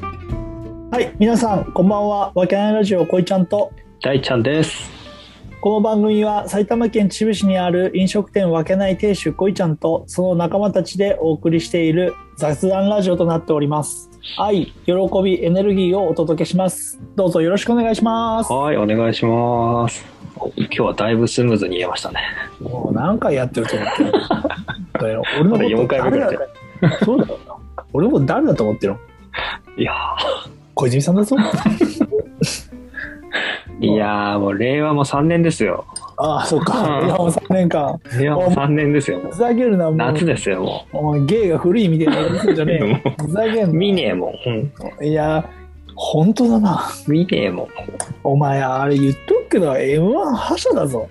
はい、皆さん、こんばんは。わけないラジオ、こいちゃんと。大ちゃんです。この番組は埼玉県秩父市にある飲食店わけない亭主こいちゃんとその仲間たちでお送りしている雑談ラジオとなっております。愛、喜び、エネルギーをお届けします。どうぞよろしくお願いします。はい、お願いします。お今日はだいぶスムーズに言えましたね。もう何回やってると思ってるだよ俺のこと4回目ぐらい誰だとそうだよな。俺のこと誰だと思ってるのいや小泉さんだ ぞ。ー、いやーもう令和も3年ですよ。ああ、そうか。うんいや、もう3年間。令和も3年ですよ。もうふざけるな、もう。夏ですよ、もお前、芸が古いみたいなやつじゃ ねえよ。ふざけんう。な。見ねえもん。うん、いや、本当だな。見ねえもん。お前、あれ言っとくけど、M1 覇者だぞ。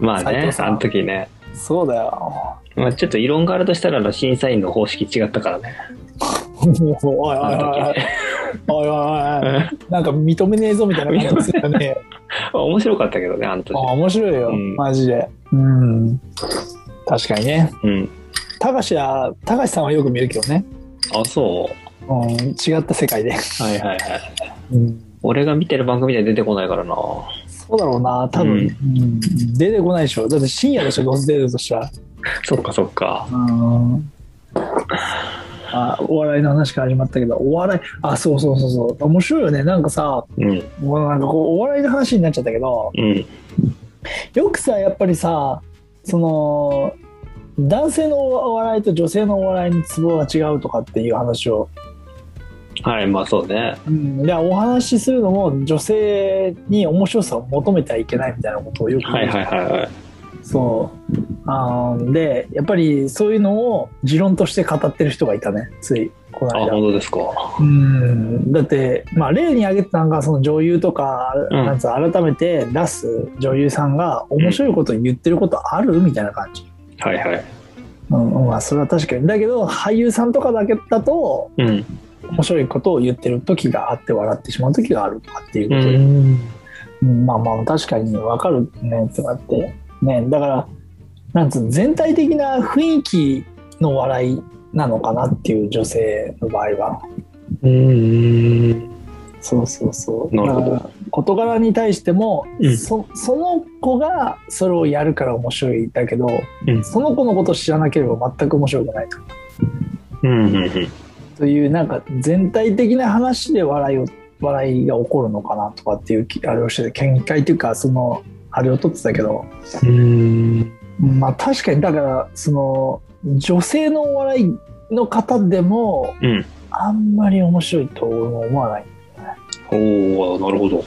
まあ斉ね藤、さんあの時ね。そうだよ。 まあ、ちょっと異論があるとしたらあの審査員の方式違ったからね。おいおい おいおいおいおいおいなんか認めねえぞみたいな感じですよ ね。面白かったけどね、あのあ時。面白いよ、うんマジで。うん。確かにね。うん。たかしは、たかしさんはよく見るけどね。あ、そう。うん、違った世界で。はいはいはい。うん、俺が見てる番組では出てこないからな。そうだろうな、多分、うんうん出てこないでしょ。だって深夜でしょ、どうせ出るとしたら。そっかそっか。うんあお笑いの話から始まったけどお笑いあそうそうそうそう面白いよねなんかさうん。もうなんかこうお笑いの話になっちゃったけどうん。よくさやっぱりさその男性のお笑いと女性のお笑いのツボが違うとかっていう話を、はい、まあそうね。うん、でお話しするのも女性に面白さを求めてはいけないみたいなことをよく言うはいはいはいはい。そうあーでやっぱりそういうのを持論として語ってる人がいたねついこのあ、間本当ですか。うんだって、まあ、例に挙げてたのがその女優とか、うんなんつうの改めて出す女優さんが面白いこと言ってることあるみたいな感じ、はいはい。うんうんまあ、それは確かにだけど俳優さんとかだけだとうん。面白いことを言ってる時があって笑ってしまう時があるとかっていううことで、ん。うんまあまあ確かに分かるねとかってねだからなんつうの全体的な雰囲気の笑いなのかなっていう女性の場合は。うん。そうそうそう。なるほどだから事柄に対しても、うんそその子がそれをやるから面白いだけど、うんその子のことを知らなければ全く面白くないとうん。うん。というなんか全体的な話で笑いを笑いが起こるのかなとかっていうきあれをしてて見解というかそのあれを取ってたけど、うん。まあ確かにだからその女性のお笑いの方でもうん。あんまり面白いと俺も思わない。おお、なるほど。よ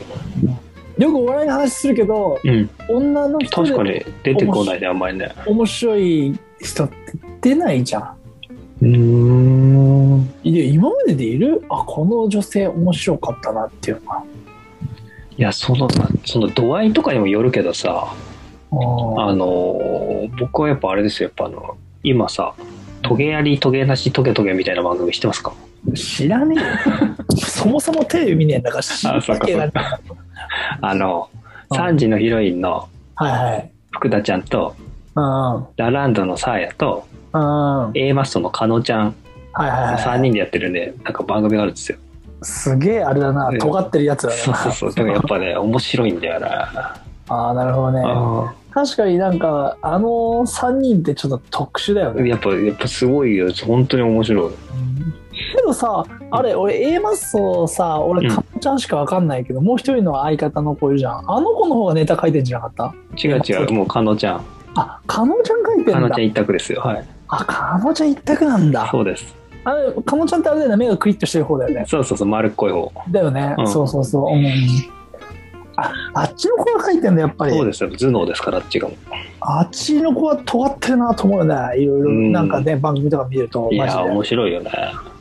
くお笑いの話するけどうん。女の人で確かに出てこないね、あんまりね。面白い人って出ないじゃん。うん。いや今まででいるあこの女性面白かったなっていうのが。いや、その、その度合いとかにもよるけどさ、ああのー、僕はやっぱあれですよ、やっぱあの、今さ、トゲあり、トゲなし、トゲトゲみたいな番組知ってますか知らねえ よそもそもテレビ見ねえんだから知らあねそっかえそっなあの、うん3時のヒロインのはいはい。福田ちゃんと、うんうん。ラランドのサーヤと、うん。 A マストの加納ちゃん、はいはい、はい。 3人でやってるね、なんか番組があるんですよ。すげえあれだなうん。尖ってるやつだそうな。そうそう。だからやっぱね、 面白いんだよな。ああ、なるほどね。あ確かになんか、あの3人ってちょっと特殊だよあね。やっぱ、やっぱすごいよ。本当に面白い。けどさ、あれ、俺 A マッソさ、俺、うんかぼちゃんしかわかんないけど、もう一人の相方の子いるじゃん。あの子の方がネタ書いてんじゃなかっ違う違う。もう、かのちゃん。たあ、かのちゃん書いてかんのだちゃん。一択ですよ。はい。あ、かのちゃん一択なんだ。そうです。あれ、かのちゃんってあれだよね、目がクリッとしてる方だよね。そうそうそう。丸っこい方。だよね。うんそうそうそう。うんあ、あっちの子が書いてんだ、やっぱり。そうですよ。頭脳ですから、あっちがもあっちの子は尖ってるなと思うね。いろいろ、うんなんかね、番組とか見ると、う。いマジや、で。面白いよね。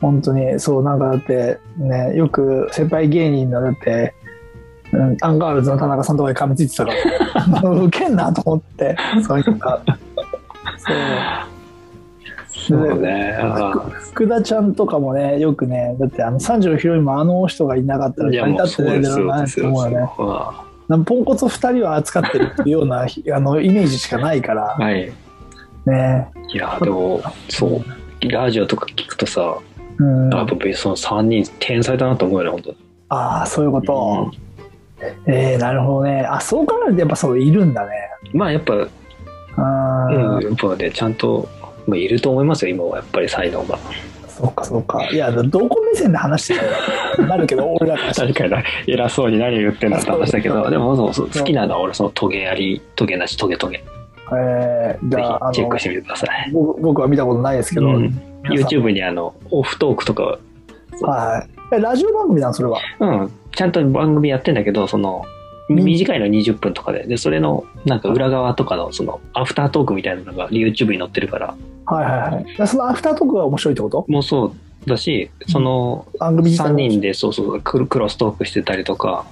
本当に、そう、なんかだって、ね、よく先輩芸人のだって、うん、アンガールズの田中さんとかに噛みついてた から、ウケんなと思って、そういうか。そう。そうね。あ福田ちゃんとかもね、よくね、だってあの三条ヒロインもあの人がいなかったらあい成や、りもう立そっうてないでだすろうなそうでってす思うよ。よね。はなんかポンコツ二人は扱ってるっていうような あのイメージしかないから、い。ね。いや、でも、そう。ラジオとか聞くとさ、うん、やっあぱ別にその3人天才だなと思うよね本当にあーそういうこと、えー、なるほどねあそう考えるとやっぱそういるんだねまあやっぱ、うん、うん、やっぱねちゃんと、まあ、いると思いますよ今はやっぱり才能がそうかそうかいやどこ目線で話してるのな るけど俺らからしたら確かに偉そうに何を言ってんだって話だけそうどでもそうそうそう好きなのは俺そのトゲありトゲなしトゲトゲぜえー、ひじゃああチェッのクしてみてください、僕僕は見たことないですけうど、ん、皆さん YouTube にあのオフトークとかはいえラジオ番組なんそれはうん、ちゃんと番組やってんだけどそのうん短いの20分とかででそれのなんか裏側とかのそのアフタートークみたいなのが YouTube に載ってるからはいはいはいそのアフタートークが面白いってこともうそうだしその番組自体3が人でそうそうクロクロストークしてたりとか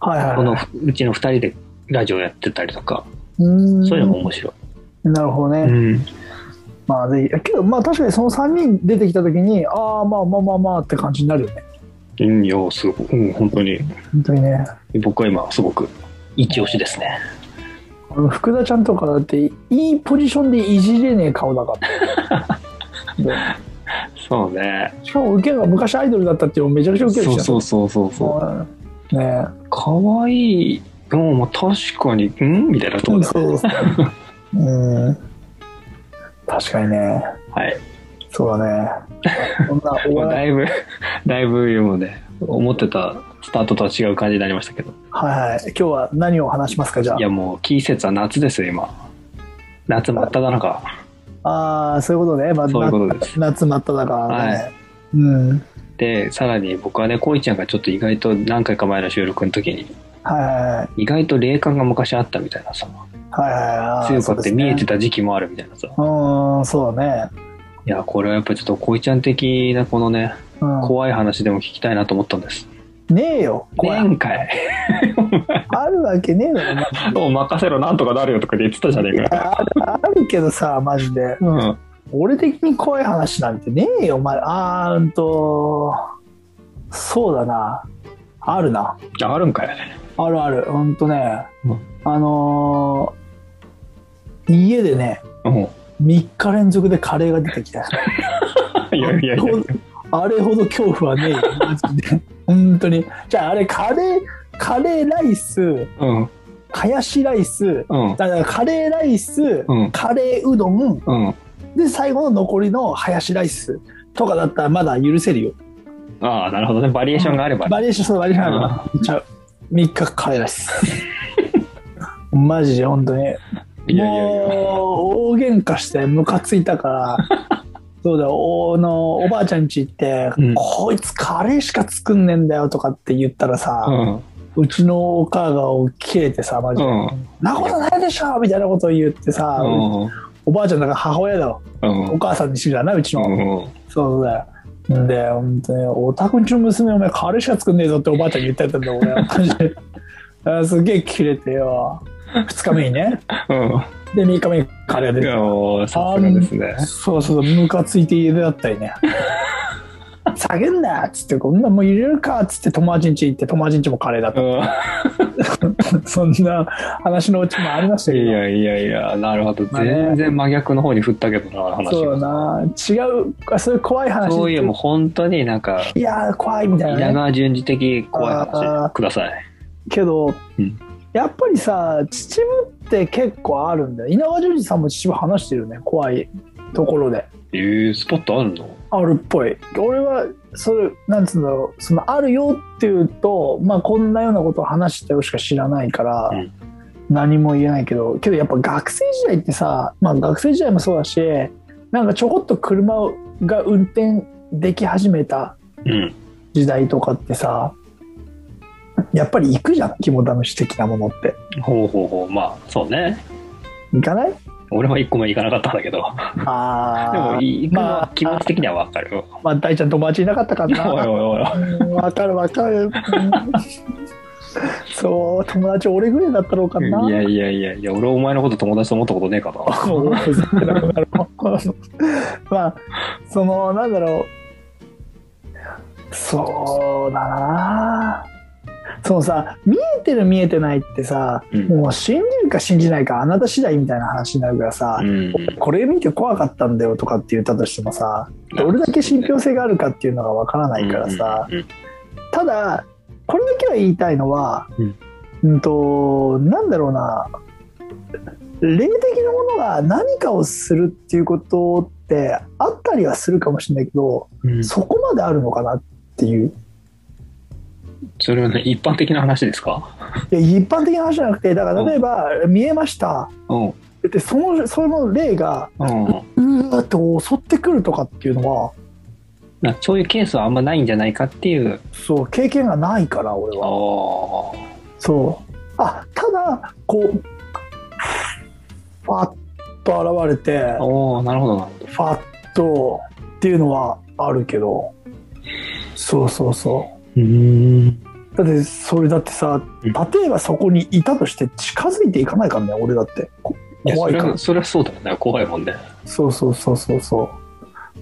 はいはい、はい、このうちの2人でラジオやってたりとかうんそういうのも面白い。なるほどね、うんまあぜひけどまあ確かにその3人出てきた時にああまあまあまあまあって感じになるよねうん、いや、すごく、うん、本当に、本当にね僕は今、すごく、一押しですね。あの福田ちゃんとかだっていいポジションでいじれねえ顔だからでそうね。しかも受けが昔アイドルだったっていうのもめちゃくちゃ受けるそしうそうそうそうそう。うんねかわいい。うん、まあ、確かに、うんみたいなとこそうだ。そうそううん確かにねはい。そうだねそんなお まあ笑いだいぶ、だいぶ、もうね、思ってたスタートとは違う感じになりましたけど。はいはい今日は何を話しますかじゃいや、もう、季節は夏ですよ、今。夏真っ只中。あああそういうことね、まあ、そういうことです夏真っ只中ね、はうんはいで、さらに僕はね、こういちゃんがちょっと意外と何回か前の収録の時に、はいはい意外と霊感が昔あったみたいなさ、はいはいはい。強くって見えてた。た時期もあるみたいなさ、うーん、そうだね。いや、これはやっぱちょっと、こいちゃん的なこのね、う怖い話でも聞きたいなと思ったんです。ん、ねえよ。怖い前 回、あるわけねえだろ、マジでもう任せろ、なんとかなるよとか言ってたじゃねえか。あるあるけどさ、マジで。うん。俺的に怖い話なんてねえよ、お前。あーんと、そうだな。あるな。あるんかい。あるある。ほんとね。うんあのー家でね、うん。 3日連続でカレーが出てきた。 いやいやいや。あれほど恐怖はねえよ、マジで。本当に。じゃあ、あれ、カレー、カレーライス、うん。ハヤシライス、うん。だからカレーライス、うんカレーうどん、うん。で、最後の残りのハヤシライスとかだったらまだ許せるよ。ああ、なるほどね。バリエーションがあれば。バリエーション、そう、バリエーションあるから。ちゃう。3日カレーライ ス。マジで、本当に。いやいやいや。もう、大喧嘩してムカついた から、そうだよ、おの、おばあちゃん家行って、うんこいつカレーしか作んねえんだよとかって言ったらさ、うん。うちのお母が切れてさ、マジうで、ん。なことないでしょみたいなことを言ってさ、うん。おばあちゃんだから母親だろ。うん。お母さんにしてるからな、うちの。うん。そうだよ。で、本当に、おたくんちの娘、お前、カレーしか作んねえぞっておばあちゃんに言ってたんだよ、俺は。マジで。 あすげえ切れてよ。2日目にね。 うで、3日目にカレーが出ん。いてや、もうさすがですね。そうそう、ムカついて家出だったりね。下げんなっつって、こんなもう入れるかっつって友達ん家行って、友達ん家もカレーだっうん。た。そんな話のうちもありましたけど。いやいやいや、なるほど。全然真逆の方に振ったけどな、話が。そうだな違うあそういう怖い話そういうもう本当になんかいやー怖いみたいな、稲ね、川淳二的怖いあ話ーください。けど、うんやっぱりさ秩父って結構あるんだよ稲川淳二さんも秩父話してるよね怖いところでえー、スポットあるのあるっぽい俺はそれなんつうんだろうそのあるよっていうとまあこんなようなことを話したよしか知らないから、うん何も言えないけどけどやっぱ学生時代ってさまあ学生時代もそうだしなんかちょこっと車が運転でき始めたうん。時代とかってさやっぱり行くじゃん肝試し的なものってほうほうほう。まあ、そうね。行かない俺は一個も行かなかったんだけど。あでも、行くのまあは気持ち的にはわかるよ。まあ大ちゃん友達いなかったかおいな おいおい。うんわかるわかるうんそう友達俺ぐらいだったろうかないやいやいやいや、俺お前のこと友達と思ったことねえかな。もうふざけなくなるまあそのなんだろうそうだなそのさ見えてる見えてないってさ、うんもう信じるか信じないかあなた次第みたいな話になるからさ、うんこれ見て怖かったんだよとかって言ったとしてもさどれだけ信憑性があるかっていうのがわからないからさ、うんうんただこれだけは言いたいのは、ううんん、となんだろうな霊的なものが何かをするっていうことってあったりはするかもしれないけど、うんそこまであるのかなっていうそれはね一般的な話ですかいや一般的な話じゃなくてだから例えば、見えましたうんでそのその霊がうんうわーって襲ってくるとかっていうのはなそういうケースはあんまないんじゃないかっていうそう経験がないから俺はあそうあただこうファッと現れてあおーなるほどなるほファッとっていうのはあるけどそうそうそどうんうだってそれだってさうん例えばそこにいたとして近づいていかないからね俺だってこいや怖いからそれはそれはそうだよね怖いもんねそうそうそうそうそう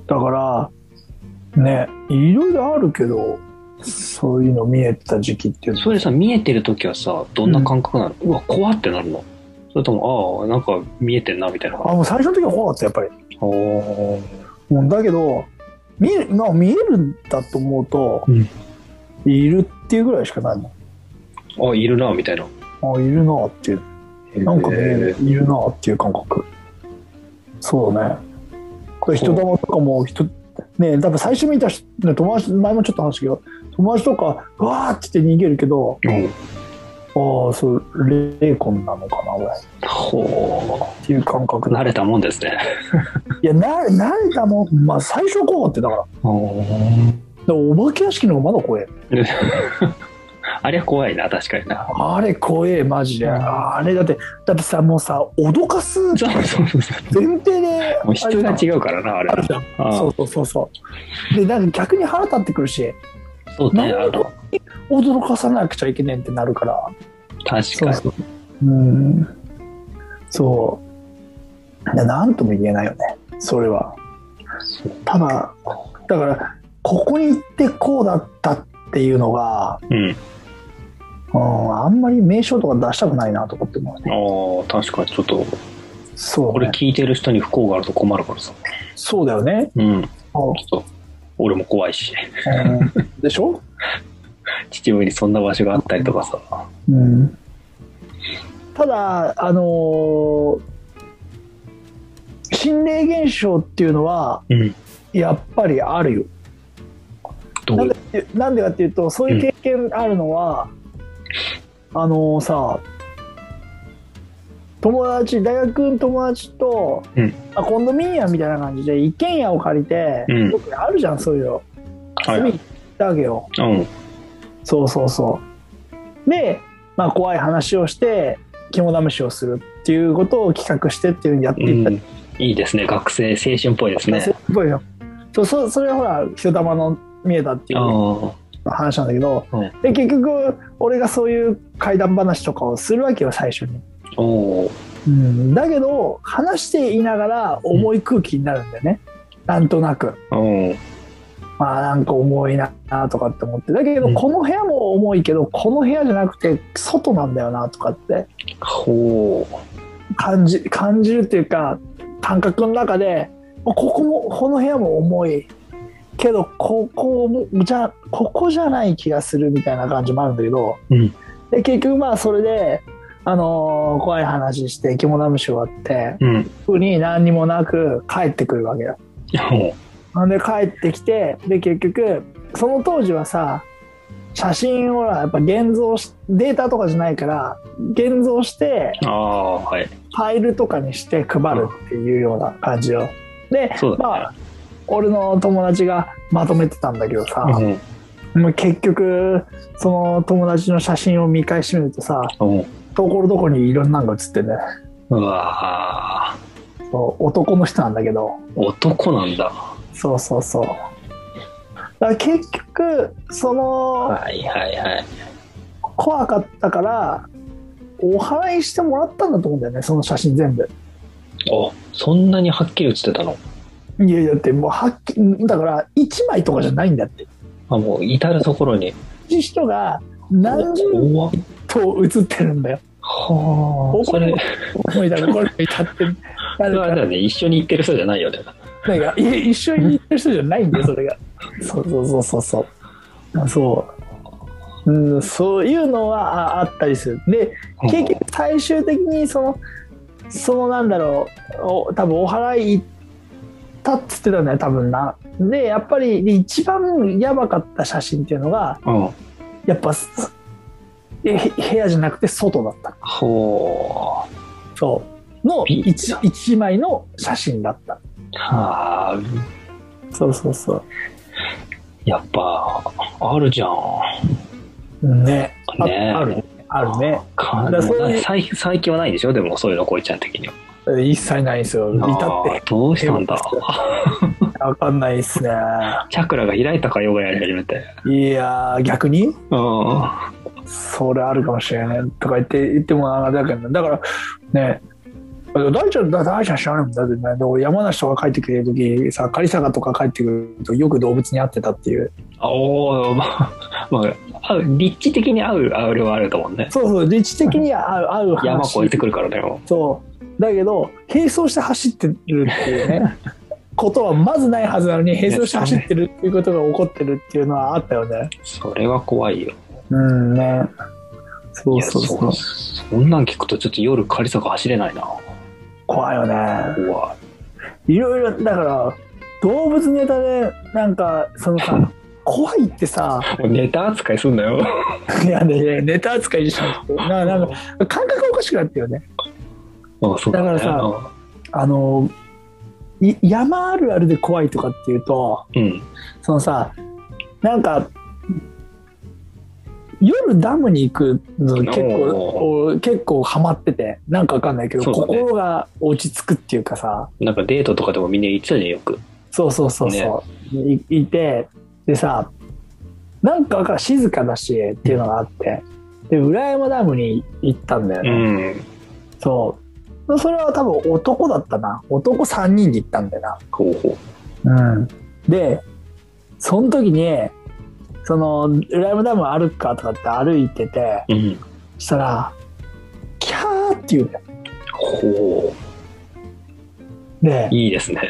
だからねいろいろあるけどそういうの見えてた時期っていうのそれさ見えてる時はさどんな感覚なの、うわ怖ってなるのそれともああなんか見えてんなみたいなあもう最初の時は怖かったやっぱりおおもうだけど見え,、まあ、見えるんだと思うと、うんいるっていうぐらいしかないのあいるなみたいなあいるなっていうなんか見える、いるなっていう感覚そうだねこれ人玉とかも人ね多分最初見た人ね友達前もちょっと話したけど友達とかうわーって言って逃げるけどうんああそう霊魂なのかなぐらいほっていう感覚うだ慣れたもんですねいやな慣れたもんまあ最初怖かってだからだかおおらお化け屋敷の方がまだ怖えあれは怖いな確かになあれ怖えマジで、うんあれだってだってさもうさ脅かすそうそうそうそう前提でもう質が違うからなあれあるじゃんああそうそうそうそうでなんか逆に腹立ってくるしそうねなあんでの驚かさなくちゃいけねえってなるから確かにそううんそう何とも言えないよねそれはそうただだからここに行ってこうだったっていうのが、うんうん、あんまり名称とか出したくないなと思ってもねああ確かにちょっとそうこね、れ聞いてる人に不幸があると困るからさそうだよね、うんちうんょっと俺も怖いしうんでしょ、父親にそんな場所があったりとかさうん、ただあのー心霊現象っていうのはうんやっぱりあるよどなんうでなんでかっていうとそういう経験あるのは、あのさ友達大学の友達と、うんあコンドミニアムみたいな感じで一軒家を借りて、うんよくあるじゃんそういうのはい遊びに行ったわけよ、うんそうそうそうで、まあ、怖い話をして肝試しをするっていうことを企画してっていうふうにやっていったうんいいですね学生青春っぽいですり、ねすごいよそうそうそれはほら人玉の見えたっていうあ話なんだけど、うんで結局俺がそういう怪談話とかをするわけよ最初に、あおーうん、だけど話していながら重い空気になるんだよね、なんとなくうんまあなんか重いなとかって思ってだけど、うんこの部屋も重いけどこの部屋じゃなくて外なんだよなとかってほ感じ感じるっていうか感覚の中でここもこの部屋も重いけどここもじゃここじゃない気がするみたいな感じもあるんだけど、うんで結局まあそれで、あのー怖い話して肝試し終わってううん特に何にもなく帰ってくるわけよ。ほなんで帰ってきてで結局その当時はさ写真をほらやっぱ現像しデータとかじゃないから現像してうああはいファイルとかにして配るっていうような感じよ。で、そうまだあ俺の友達がまとめてたんだけどさ、ねうんもう結局その友達の写真を見返してみるとさうんところどころにいろんなのが写ってんだよねうわーそう男の人なんだけど男なんだそうそうそうだから結局そのはいはいはい怖かったからお祓いしてもらったんだと思うんだよねその写真全部あそんなにはっきり写ってたのいやいやだってもうはっきだから1枚とかじゃないんだってあもう至る所に同じ人が何十怖っ頭映ってるんだよはあこそこにれも思いだらこれ至ってるあ誰れかだよね一緒に行ってる人じゃないよねなんかい一緒に行ってる人じゃないんだよそれがそうそうそうそうそうそう、うん、そういうのはああったりするで結局最終的にそのそのなんだろうお多分お払い行ったっつってたんだよ多分なでやっぱりで一番やばかった写真っていうのがうんやっぱすえへ部屋じゃなくて外だったほそうのビーチ一だ一枚の写真だったうはあそうそうそやっぱあるじゃんうねあねあるあるねかだからそういう最最近はないでしょでもそういうのこいちゃん的には一切ないですよ至ってあーどうしたんだ分かんないですねチャクラが開いたかヨガやり始めていやー逆にうんそれあるかもしれないとか言って言ってもあれだけどだからね大ちゃんだ大ちゃん知らないもんだってねでも山梨とか帰ってくる時さ狩坂とか帰ってくるとよく動物に会ってたっていうあおおまあまあ合う立地的に合うあれはあると思うねそうそう立地的には合う合う話山越えてくるからだよそうだけど並走して走ってるっていう ねことはまずないはずなのに並走して走ってるっていうことが起こってるっていうのはあったよねそれは怖いようんねそうそういそやうそそんなん聞くとちょっと夜狩り坂走れないな怖いよね怖いいろいろだから動物ネタでなんかその さ怖いってさもうネタ扱いすんなよいやねネタ扱いじゃ なくてなんかなんか感覚がおかしくなってよね あそうねだからさあのい山あるあるで怖いとかっていうとうんそのさなんか夜ダムに行くの結構お結構ハマっててなんかわかんないけど、そうだね心が落ち着くっていうかさなんかデートとかでもみんな言ってたじゃんよくそうそうそうそう、いいてでさなんかわかんない静かだしっていうのがあってで裏山ダムに行ったんだようね、んそうそれは多分男だったな男3人で行ったんだよほうほな、うん、でその時にその裏山ダム歩くかとかって歩いててううんしたらキャーって言うんだよほでういいですね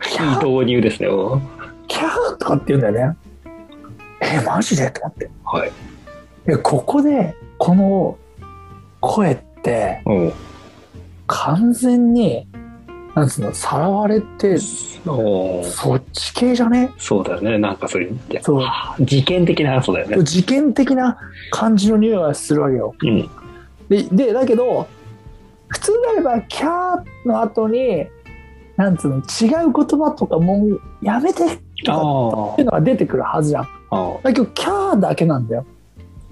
キいいャー導入ですねうんキャーとかって言うんだよねえマジでと思ってはいでここでこの声ってうん完全になんつうのさらわれておーそっち系じゃねそうだよねなんかそういういやそう事件的な話だよね事件的な感じの匂いがするわけようんででだけど普通であれば「キャー」の後になんつうの違う言葉とかもうやめてとかあっていうのが出てくるはずじゃんああだけど「キャー」だけなんだよ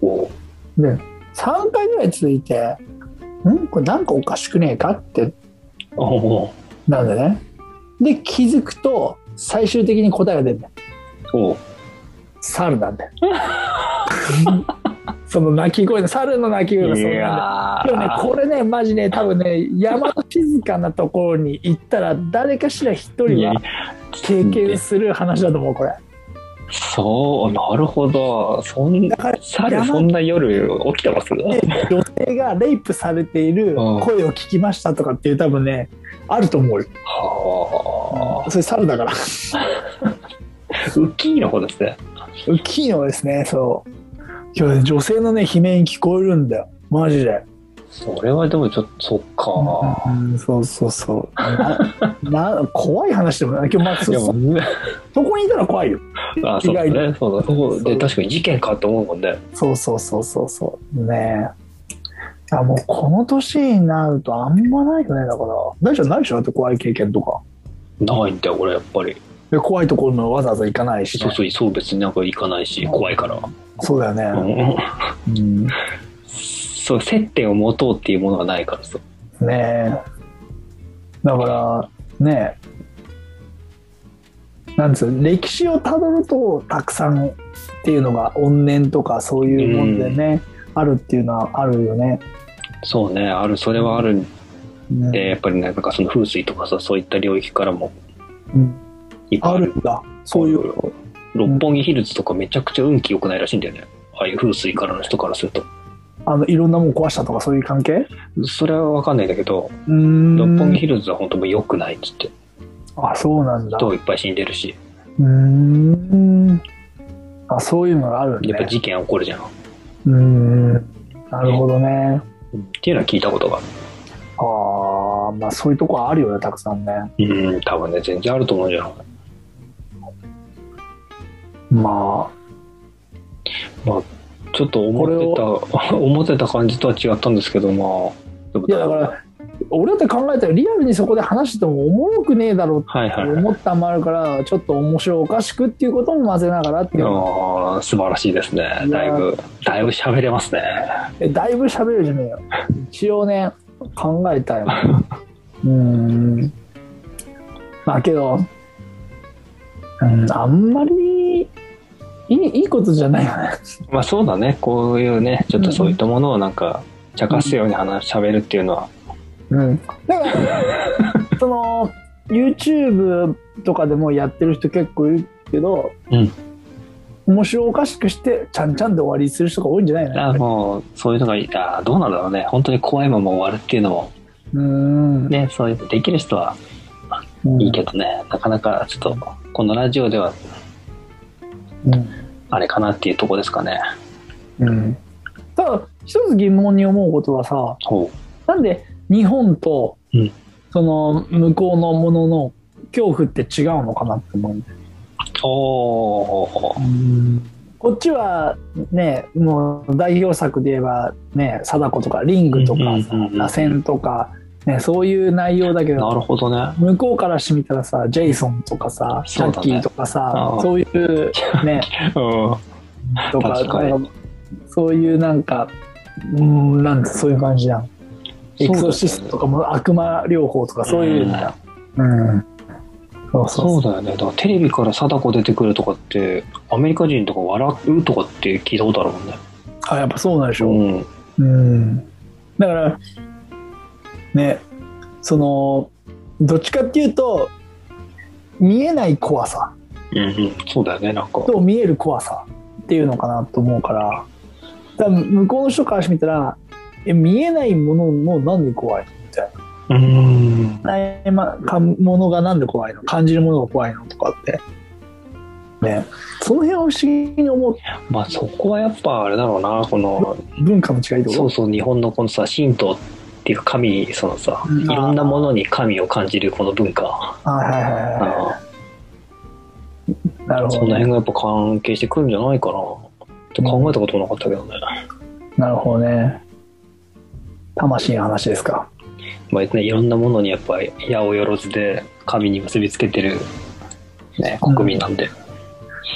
おうで3回ぐらい続いて「んこれなんかおかしくねえか?」っておうなんだね。で、気づくと、最終的に答えが出るんだよ。おう猿なんだよ。その鳴き声の、猿の鳴き声がそうなんだよ。やでもね、これね、マジね、多分ね、山の静かなところに行ったら、誰かしら一人は経験する話だと思う、これ。そうなるほどそんだから、猿そんな夜起きてますで女性がレイプされているうん声を聞きましたとかっていう、多分ね、あると思うよ。はそれ猿だから。あ浮きの方ですね大きいのはですね、そう。今日ね、女性のね、悲鳴聞こえるんだよ。マジで。それはでもちょっとそっかうん、そうそうそう。 なな怖い話でもない。今日まあ、そでもそそこにいたら怖いよ。 あそうだ意外ねそうだそうそでう確かに事件かと思うもんねそうそうそうそうそう。ねえ。あもうこの年になるとあんまないよね、だから。大ちゃんないでしょだって怖い経験とか。ないんだよ俺やっぱりで怖いところもわざわざ行かないしね、そうそうそう別になんか行かないし怖いからそうだようね。んうん、ねそう接点を持とうっていうものがないからさえ。だから、ねえ。なんつう歴史をたどるとたくさんっていうのが怨念とかそういうもんでね、あるっていうのはあるよね。そうねあるそれはあるんうんでやっぱりねなんかその風水とかさそういった領域からもうんいっぱいああるるんだそういう六本木ヒルズとかめちゃくちゃ運気良くないらしいんだよね。ああいう風水からの人からするとあのいろんなもん壊したとかそういう関係それは分かんないんだけどうーん六本木ヒルズは本当もう良くないっつってあそうなんだ人ういっぱい死んでるしーんあそういうのがあるんやっぱね事件起こるじゃん、うーんなるほどねっていうのは聞いたことがあああまあそういうとこあるよねたくさんねるうん多分ね全然あると思うんじゃんまちょっと思ってた 思ってた感じとは違ったんですけどまあでもあいやだから俺だって考えたらリアルにそこで話しててもおもろくねえだろうはいってはいはい思ったのもあるからちょっと面白おかしくっていうことも混ぜながらっていうのあー素晴らしいですねいやだいぶだいぶ喋れますねえだいぶ喋るじゃねえよ一応ね考えたようーんまあけど、うん、あんまりいいいいことじゃないよねまあそうだねこういうねちょっとそういったものをなんか茶化すように話喋るっていうのはうんだから その YouTube とかでもやってる人結構いるけど、うん面白おかしくしてちゃんちゃんで終わりにする人が多いんじゃないのやあっぱりもうそういうのがいいあーどうなんだろうね本当に怖いまま終わるっていうのもうんねそういうのできる人はうんいいけどね、なかなかちょっとこのラジオではうんあれかなっていうとこですかねうんただ一つ疑問に思うことはさ、ほなんで日本と、うんその向こうのものの恐怖って違うのかなって思うんだようおーこっちはねもう代表作で言えばね貞子とかリングとかさうんうんうんうん螺旋とか、ね、そういう内容だけなどるほどね向こうからしてみたらさジェイソンとかさシそうャだねッキーとかさああそういうねうんとか 確かになんかそういうなんかうんなんかそういう感じじゃんエクソシストとかも悪魔療法とかそういうのだ。うん。そうそそううだよねだからテレビから貞子出てくるとかってアメリカ人とか笑うとかって聞いたことあるもんねあ、やっぱそうなんでしょ。うんうん。だから、ね、その、どっちかっていうと、見えない怖さうんうんそうだよねなんかと見える怖さっていうのかなと思うから、多分向こうの人からしてみたら、え見えないものもなんで怖いのみたいうんな。ないまかものがなんで怖いの感じるものが怖いのとかって。ね、その辺を不思議に思うまあそこはやっぱあれだろうなこの文化の違いってことそうそう日本のこのさ神道っていうか神そのさうんいろんなものに神を感じるこの文化あはいはいはいはあい。なるそほのど、ね辺。がやっぱ関係してくるんじゃないかなって考えたこともなかったけどね、なるほどね。魂の話ですか。まあね、いろんなものにやっぱり矢をよろずで神に結びつけてる、ね、国民なんで、あ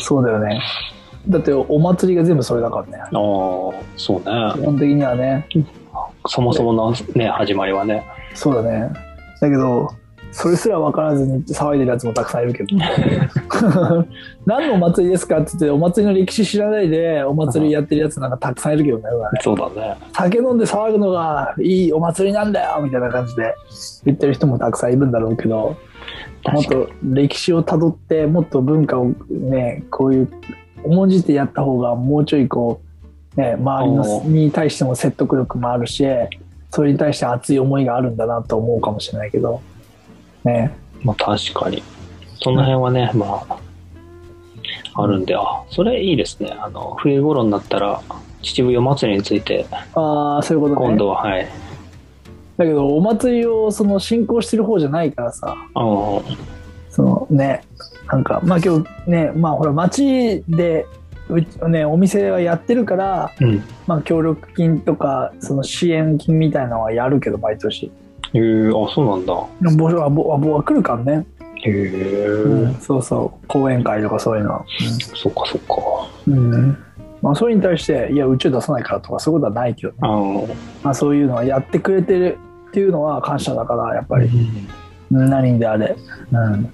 そうだよね。だってお祭りが全部それだからね。あそうね基本的にはね。そもそもの、ね、始まりはねそうだね。だけど、それすら分からずに騒いでるやつもたくさんいるけど。 何のお祭りですかって言って、お祭りの歴史知らないで、お祭りやってるやつなんかたくさんいるけどね。そうだね酒飲んで騒ぐのがいいお祭りなんだよみたいな感じで言ってる人もたくさんいるんだろうけどもっ確かと歴史をたどってもっと文化をねこういう重んじてやった方がもうちょいこう、ね、周りのおーに対しても説得力もあるしそれに対して熱い思いがあるんだなと思うかもしれないけどねまあ確かにその辺はね、まああるんであそれいいですねあの冬頃になったら秩父夜祭りについてああそういうこと今ね度ははいだけどお祭りをその進行してる方じゃないからさあのそのねなんかまあ今日ねまあほら街でうね、お店はやってるから、うんまあ、協力金とかその支援金みたいなのはやるけど毎年へえあそうなんだでもぼあぼあぼは来るからね、へえ、うんそうそう講演会とかそういうのはそっかそっかうん、まあ、それに対していやうちを出さないからとかそういうことはないけど、ねあのまあ、そういうのはやってくれてるっていうのは感謝だからやっぱりうん何であれ、うん、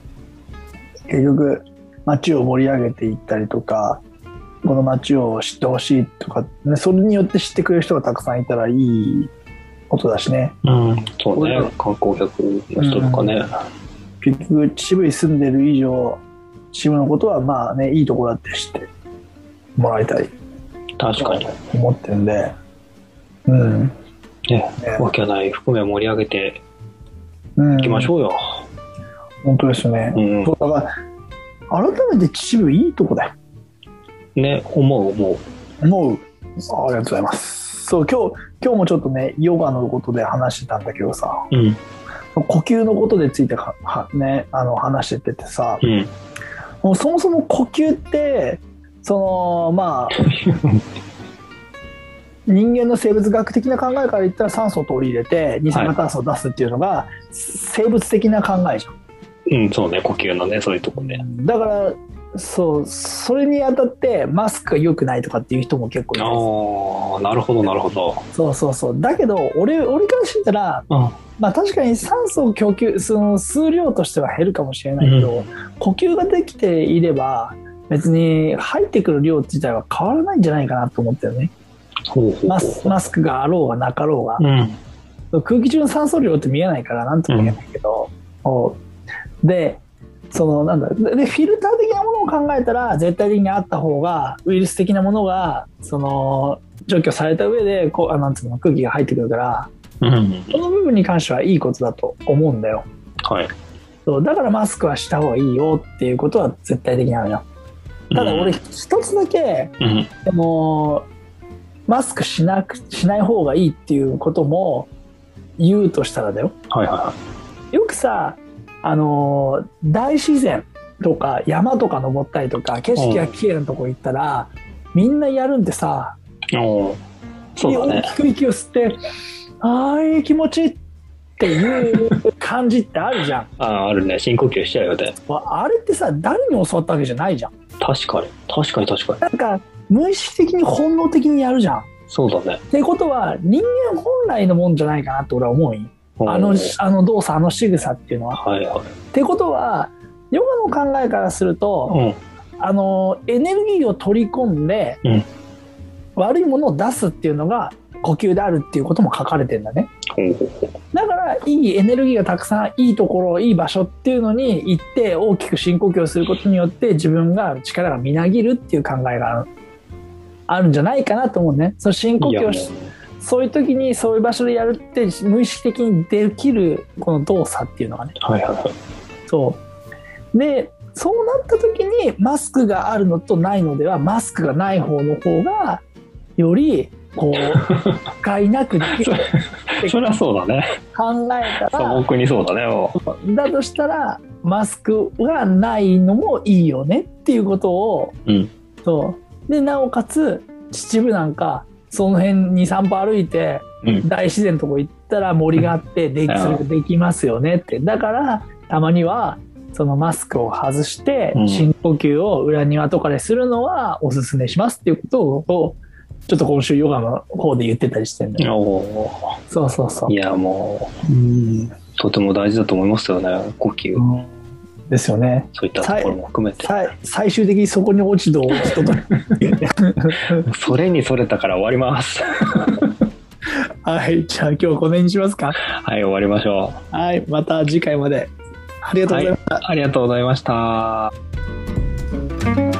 結局街を盛り上げていったりとかこの街を知ってほしいとか、ね、それによって知ってくれる人がたくさんいたらいいことだしねうん、そう俺ねら観光客の人とかね、結局秩父に住んでる以上秩父のことはまあねいいところだって知ってもらいたい確かに。思ってるんで、うん。ね、ねわけない含め盛り上げてうん、いきましょうよ。本当ですね。うんそ。うだから、改めて秩父いいとこだよ。ね、思う思う。もう、あありがとうございます。そう、今日、今日もちょっとね、ヨガのことで話してたんだけどさ、うん。呼吸のことでついてかは、ね、あの、話してっててさ、うん。もうそもそも呼吸って、その、まあ、人間の生物学的な考えから言ったら酸素を取り入れて二酸化炭素を出すっていうのが、生物的な考えじゃんうん、そうね、呼吸のね、そういうとこね。だからそうそれにあたってマスクが良くないとかっていう人も結構いるああ、なるほど、なるほど。そうそうそうだけど俺俺からしたら、うまあ、確かに酸素を供給その数量としては減るかもしれないけど、呼吸ができていれば別に入ってくる量自体は変わらないんじゃないかなと思ったよねん。ほうほうほうマスマスクがあろうがなかろうが、うん。空気中の酸素量って見えないからなんとも言えないけど、おでそのなんだででフィルター的なものを考えたら絶対的にあった方がウイルス的なものがその除去された上でこうあなんつうの空気が入ってくるからうん。この部分に関してはいいことだと思うんだよはい。そうだからマスクはした方がいいよっていうことは絶対的なのよただ俺うん、一つだけうん。でもマスクしなくしない方がいいっていうことも言うとしたらだよはいはいはよくさあのー大自然とか山とか登ったりとか景色が綺麗なとこ行ったら、みんなやるんでさ、い。おーそうだ大ね。きく息を吸って「あーいい気持ちいい」っていう感じってあるじゃんああ、あるね。深呼吸しちゃうよね。あれってさ誰に教わったわけじゃないじゃん確かに。確かに確かに。なんか無意識的に本能的にやるじゃんっそうだね。てことは人間本来のもんじゃないかなって俺は思うよあうのんあの動作あの仕草っていうのははいはい。ってことはヨガの考えからすると、うん。あのエネルギーを取り込んで、うん悪いものを出すっていうのが呼吸であるっていうことも書かれてんだねほうほうほう。だからいいエネルギーがたくさんいいところいい場所っていうのに行って大きく深呼吸をすることによって自分が力がみなぎるっていう考えがあるあるんじゃないかなと思うねその深呼いや吸もをうしそういう時にそういう場所でやるって無意識的にできるこの動作っていうのがねはいはいはい。そうでそうなった時にマスクがあるのとないのではマスクがない方の方がよりこう不快なくでき るってそりゃそうだね。考えた素ら朴にそうだね。もうだとしたらマスクがないのもいいよねっていうことを、うんそうでなおかつ秩父なんかその辺23歩歩いてうん。大自然のとこ行ったら森があってできうんそれができますよねってだからたまにはそのマスクを外してうん深呼吸を裏庭とかでするのはおすすめしますっていうことをちょっと今週ヨガの方で言ってたりしてるんだよおーそうそうそういや、もうんう、とても大事だと思いますよね。呼吸。ですよねそういったところも含めて。さ最終的にそこに落ち度を落ち度と それにそれたから終わります。はいじゃあ今日はこの辺にしますかはい、終わりましょはいまた次回までありがとうございます、う。ありがとうございました。